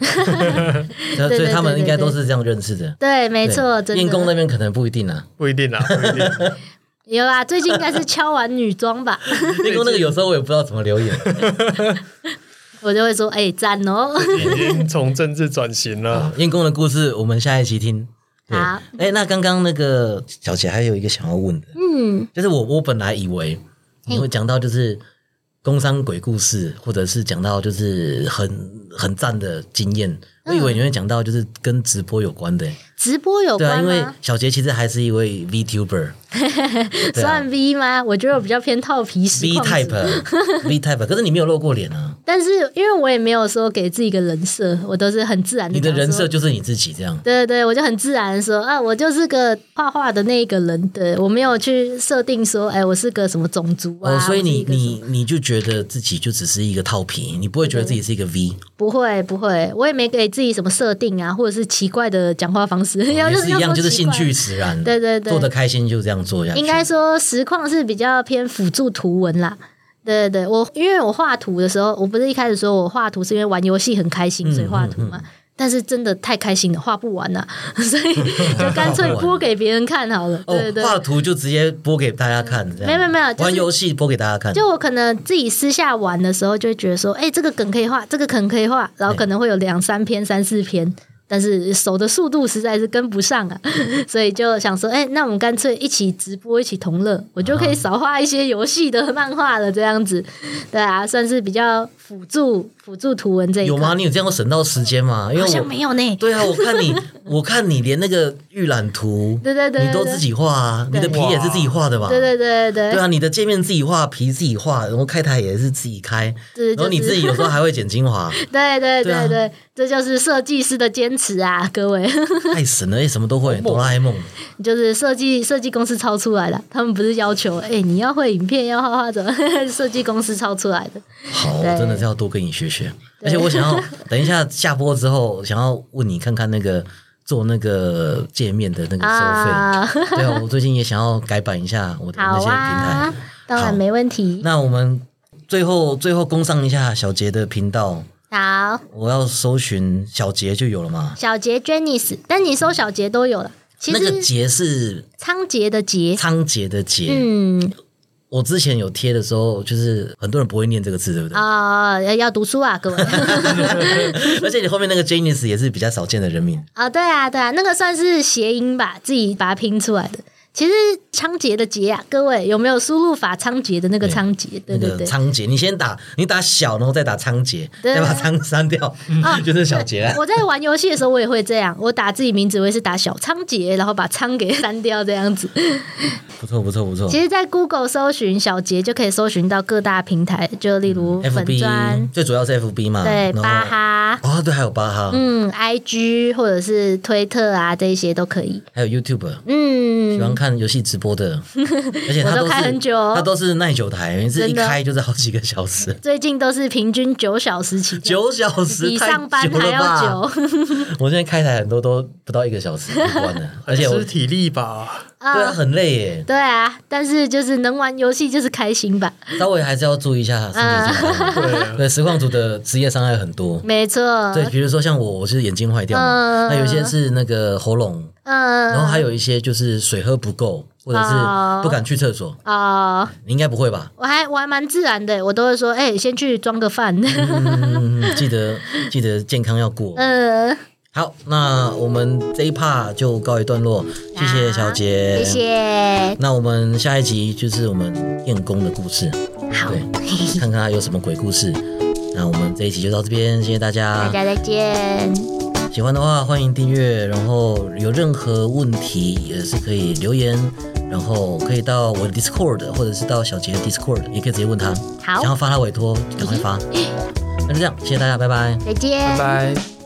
Speaker 1: 那所
Speaker 2: 对
Speaker 1: 以
Speaker 2: 对
Speaker 1: 他们
Speaker 2: 对
Speaker 1: 应该
Speaker 2: 对
Speaker 1: 都是这样认识的。
Speaker 2: 对，没错，
Speaker 1: 对
Speaker 2: 真
Speaker 1: 练功那
Speaker 2: 的
Speaker 1: 边可能不一定
Speaker 2: [laughs]
Speaker 1: 啊，
Speaker 3: 不一定啊，不一定。
Speaker 2: 有啊。最近应该是敲完女装吧， [laughs]
Speaker 1: 练功那个有时候我也不知道怎么留言。
Speaker 2: 我就会说，哎，赞哦。 [laughs]
Speaker 3: 已经从政治转型啊了，
Speaker 1: 练功的故事我们下一期听。对
Speaker 2: 好，
Speaker 1: 哎，那刚刚那个小姐还有一个想要问的，
Speaker 2: 嗯，
Speaker 1: 就是我我本来以为你会讲到就是工商鬼故事，或者是讲到就是很很赞的经验，我以为你会讲到就是跟直播有关的、
Speaker 2: 直播嗯有
Speaker 1: 对啊，
Speaker 2: 关
Speaker 1: 因为
Speaker 2: 吗？
Speaker 1: 小杰其实还是一位 VTuber，对啊
Speaker 2: 算 V 吗？我觉得我比较偏套皮实
Speaker 1: ，V
Speaker 2: 况子 [laughs]
Speaker 1: Type，V Type，可是你没有露过脸啊，
Speaker 2: 但是因为我也没有说给自己一个人设，我都是很自然的。
Speaker 1: 你的人设。就是你自己这样。
Speaker 2: 对对对，我就很自然地说啊，我就是个画画的那一个人，对我没有去设定说，哎，我是个什么种族啊？
Speaker 1: 哦，所以你
Speaker 2: 我是一个什么
Speaker 1: 你你就觉得自己就只是一个套皮，你不会觉得自己是一个 V，
Speaker 2: 不会不会，我也没给自己什么设定啊，或者是奇怪的讲话方式， [laughs] 要
Speaker 1: 哦也是一样，
Speaker 2: 说
Speaker 1: 就是
Speaker 2: 奇
Speaker 1: 兴
Speaker 2: 怪
Speaker 1: 趣使然，
Speaker 2: 对对对
Speaker 1: 做的开心就这样做下去。
Speaker 2: 应该说实况是比较偏辅助图文啦。对对对，我因为我画图的时候，我不是一开始说我画图是因为玩游戏很开心，所以画
Speaker 1: 嗯
Speaker 2: 图嘛。但是真的太开心了，画不完呐、啊所以就干
Speaker 1: [laughs]
Speaker 2: 脆播给别人看好了。
Speaker 1: 哦
Speaker 2: 对对，对，
Speaker 1: 画图就直接播给大家看，这样
Speaker 2: 没有没有没有就是
Speaker 1: 玩游戏播给大家看，
Speaker 2: 就我可能自己私下玩的时候，就会觉得说，哎、这个梗可以画，这个梗可以画，然后可能会有两三篇、三四篇，但是手的速度实在是跟不上啊， [laughs] 所以就想说，哎、那我们干脆一起直播，一起同乐，我就可
Speaker 1: 啊
Speaker 2: 以少画一些游戏的漫画了，这样子，对啊，算是比较辅助辅助图文这一
Speaker 1: 有吗？
Speaker 2: 块。
Speaker 1: 你有这样省到时间吗？因为
Speaker 2: 好像
Speaker 1: 我
Speaker 2: 没有呢，
Speaker 1: 对啊，我看你， [laughs] 我看你连那个预览图，
Speaker 2: 对对对对
Speaker 1: 你都自己画啊，你的皮也是自己画的吧？
Speaker 2: 对对对对
Speaker 1: 对啊，你的界面自己画，皮自己画，然后开台也是自己开，
Speaker 2: 对
Speaker 1: 然后你
Speaker 2: 就是
Speaker 1: 自己有时候还会剪精
Speaker 2: [laughs]
Speaker 1: 华，
Speaker 2: 对对
Speaker 1: 对啊
Speaker 2: 对对，这就是设计师的坚持啊，各位。
Speaker 1: 太神了，哎，什么都会，哆啦 A 梦，
Speaker 2: 就是设计设计公司抄出来的，他们不是要求，哎、你要会影片，要画画怎么？ [laughs] 设计公司抄出来的，
Speaker 1: 好，我
Speaker 2: 对
Speaker 1: 真的是要多跟你学学，而且我想
Speaker 2: [laughs]
Speaker 1: 要等一下下播之后，想要问你看看那个做那个界面的那个收费。
Speaker 2: 啊， [laughs]
Speaker 1: 对啊，我最近也想要改版一下我的那
Speaker 2: 好
Speaker 1: 些平台。
Speaker 2: 啊，当然没问题。
Speaker 1: 那我们最后最后工商一下小杰的频道，
Speaker 2: 好，
Speaker 1: 我要搜寻小杰就有了嘛。
Speaker 2: 小杰 Jennice，但你搜小杰都有了。其
Speaker 1: 那个
Speaker 2: 实
Speaker 1: 杰是
Speaker 2: 仓颉的杰，
Speaker 1: 仓颉的杰，
Speaker 2: 嗯
Speaker 1: 我之前有贴的时候，就是很多人不会念这个字，对不对？
Speaker 2: 啊、要要读书啊，各
Speaker 1: [laughs]
Speaker 2: 位。[laughs]
Speaker 1: 而且你后面那个 Janice 也是比较少见的人名，
Speaker 2: 啊、对啊，对啊，那个算是谐音吧，自己把它拼出来的。其实仓颉的颉啊，各位有没有输入法仓颉的那个
Speaker 1: 对
Speaker 2: 仓颉？对
Speaker 1: 那
Speaker 2: 对
Speaker 1: 个
Speaker 2: 对，
Speaker 1: 仓颉，你先打你打小，然后再打仓颉，
Speaker 2: 对嗯哦
Speaker 1: 再把仓删掉， [laughs] 就是小杰啊。
Speaker 2: [laughs] 我在玩游戏的时候，我也会这样，我打自己名字，我也是打小仓颉，然后把仓给删掉
Speaker 1: [laughs]
Speaker 2: 这样子。
Speaker 1: 不错不错不错
Speaker 2: 其实，在 Google 搜寻小杰就可以搜寻到各大平台，就例如
Speaker 1: 嗯
Speaker 2: 粉砖
Speaker 1: ，FB、最主要是 FB 嘛，
Speaker 2: 对
Speaker 1: 啊然后
Speaker 2: 巴哈、
Speaker 1: 哦对，还有巴哈，
Speaker 2: 嗯 IG 或者是推特啊这一些都可以。
Speaker 1: 还有 YouTube。喜
Speaker 2: 嗯，
Speaker 1: 欢看游戏直播的，而且他
Speaker 2: 我
Speaker 1: 都
Speaker 2: 都
Speaker 1: 是
Speaker 2: 开很久哦
Speaker 1: 他都是耐久台，每次一
Speaker 2: 真的
Speaker 1: 开就是好几个小时，
Speaker 2: 最近都是平均九小时起跳。
Speaker 1: [laughs] 九小时
Speaker 2: 比
Speaker 1: 太
Speaker 2: 上班
Speaker 1: 久
Speaker 2: 还
Speaker 1: 了吧
Speaker 2: 要久，
Speaker 1: 我现在开台很多都不到一个小时就关
Speaker 2: [laughs]
Speaker 1: 了，而且我
Speaker 3: 是体力吧，
Speaker 1: 对啊很累耶，
Speaker 2: 嗯对啊，但是就是能玩游戏就是开心吧，
Speaker 1: 稍微还是要注意一下身
Speaker 2: 嗯
Speaker 1: 体健康。
Speaker 3: 对啊，
Speaker 1: 对，实况组的职业伤害很多。
Speaker 2: 没错，
Speaker 1: 对，比如说像我，我是眼睛坏掉嘛，
Speaker 2: 啊嗯
Speaker 1: 那有一些是那个喉咙，
Speaker 2: 嗯，
Speaker 1: 然后还有一些就是水喝不够，或者
Speaker 2: 哦
Speaker 1: 是不敢去厕所。
Speaker 2: 啊、
Speaker 1: 你应该不会
Speaker 2: [laughs]
Speaker 1: 吧？
Speaker 2: 我还我还蛮自然的，我都会说，哎、先去装个饭。
Speaker 1: 嗯，记得记得健康要过。
Speaker 2: [laughs] 嗯，
Speaker 1: 好，那我们这一 part 就告一段落，谢谢小杰，
Speaker 2: 谢。谢。
Speaker 1: 那我们下一集就是我们燕公的故事，
Speaker 2: 好，
Speaker 1: 对，看看他有什么鬼故事。那我们这一集就到这边，谢谢大
Speaker 2: 大 [laughs]
Speaker 1: 家。
Speaker 2: 家再见。
Speaker 1: 喜欢的话欢迎订阅，然后有任何问题也是可以留言，然后可以到我的 Discord 或者是到小杰的 Discord，也可以直接问他。
Speaker 2: 好
Speaker 1: 想要发他委托，赶快发。那就这样，谢谢大家，拜拜。
Speaker 2: 再见。
Speaker 3: 拜拜。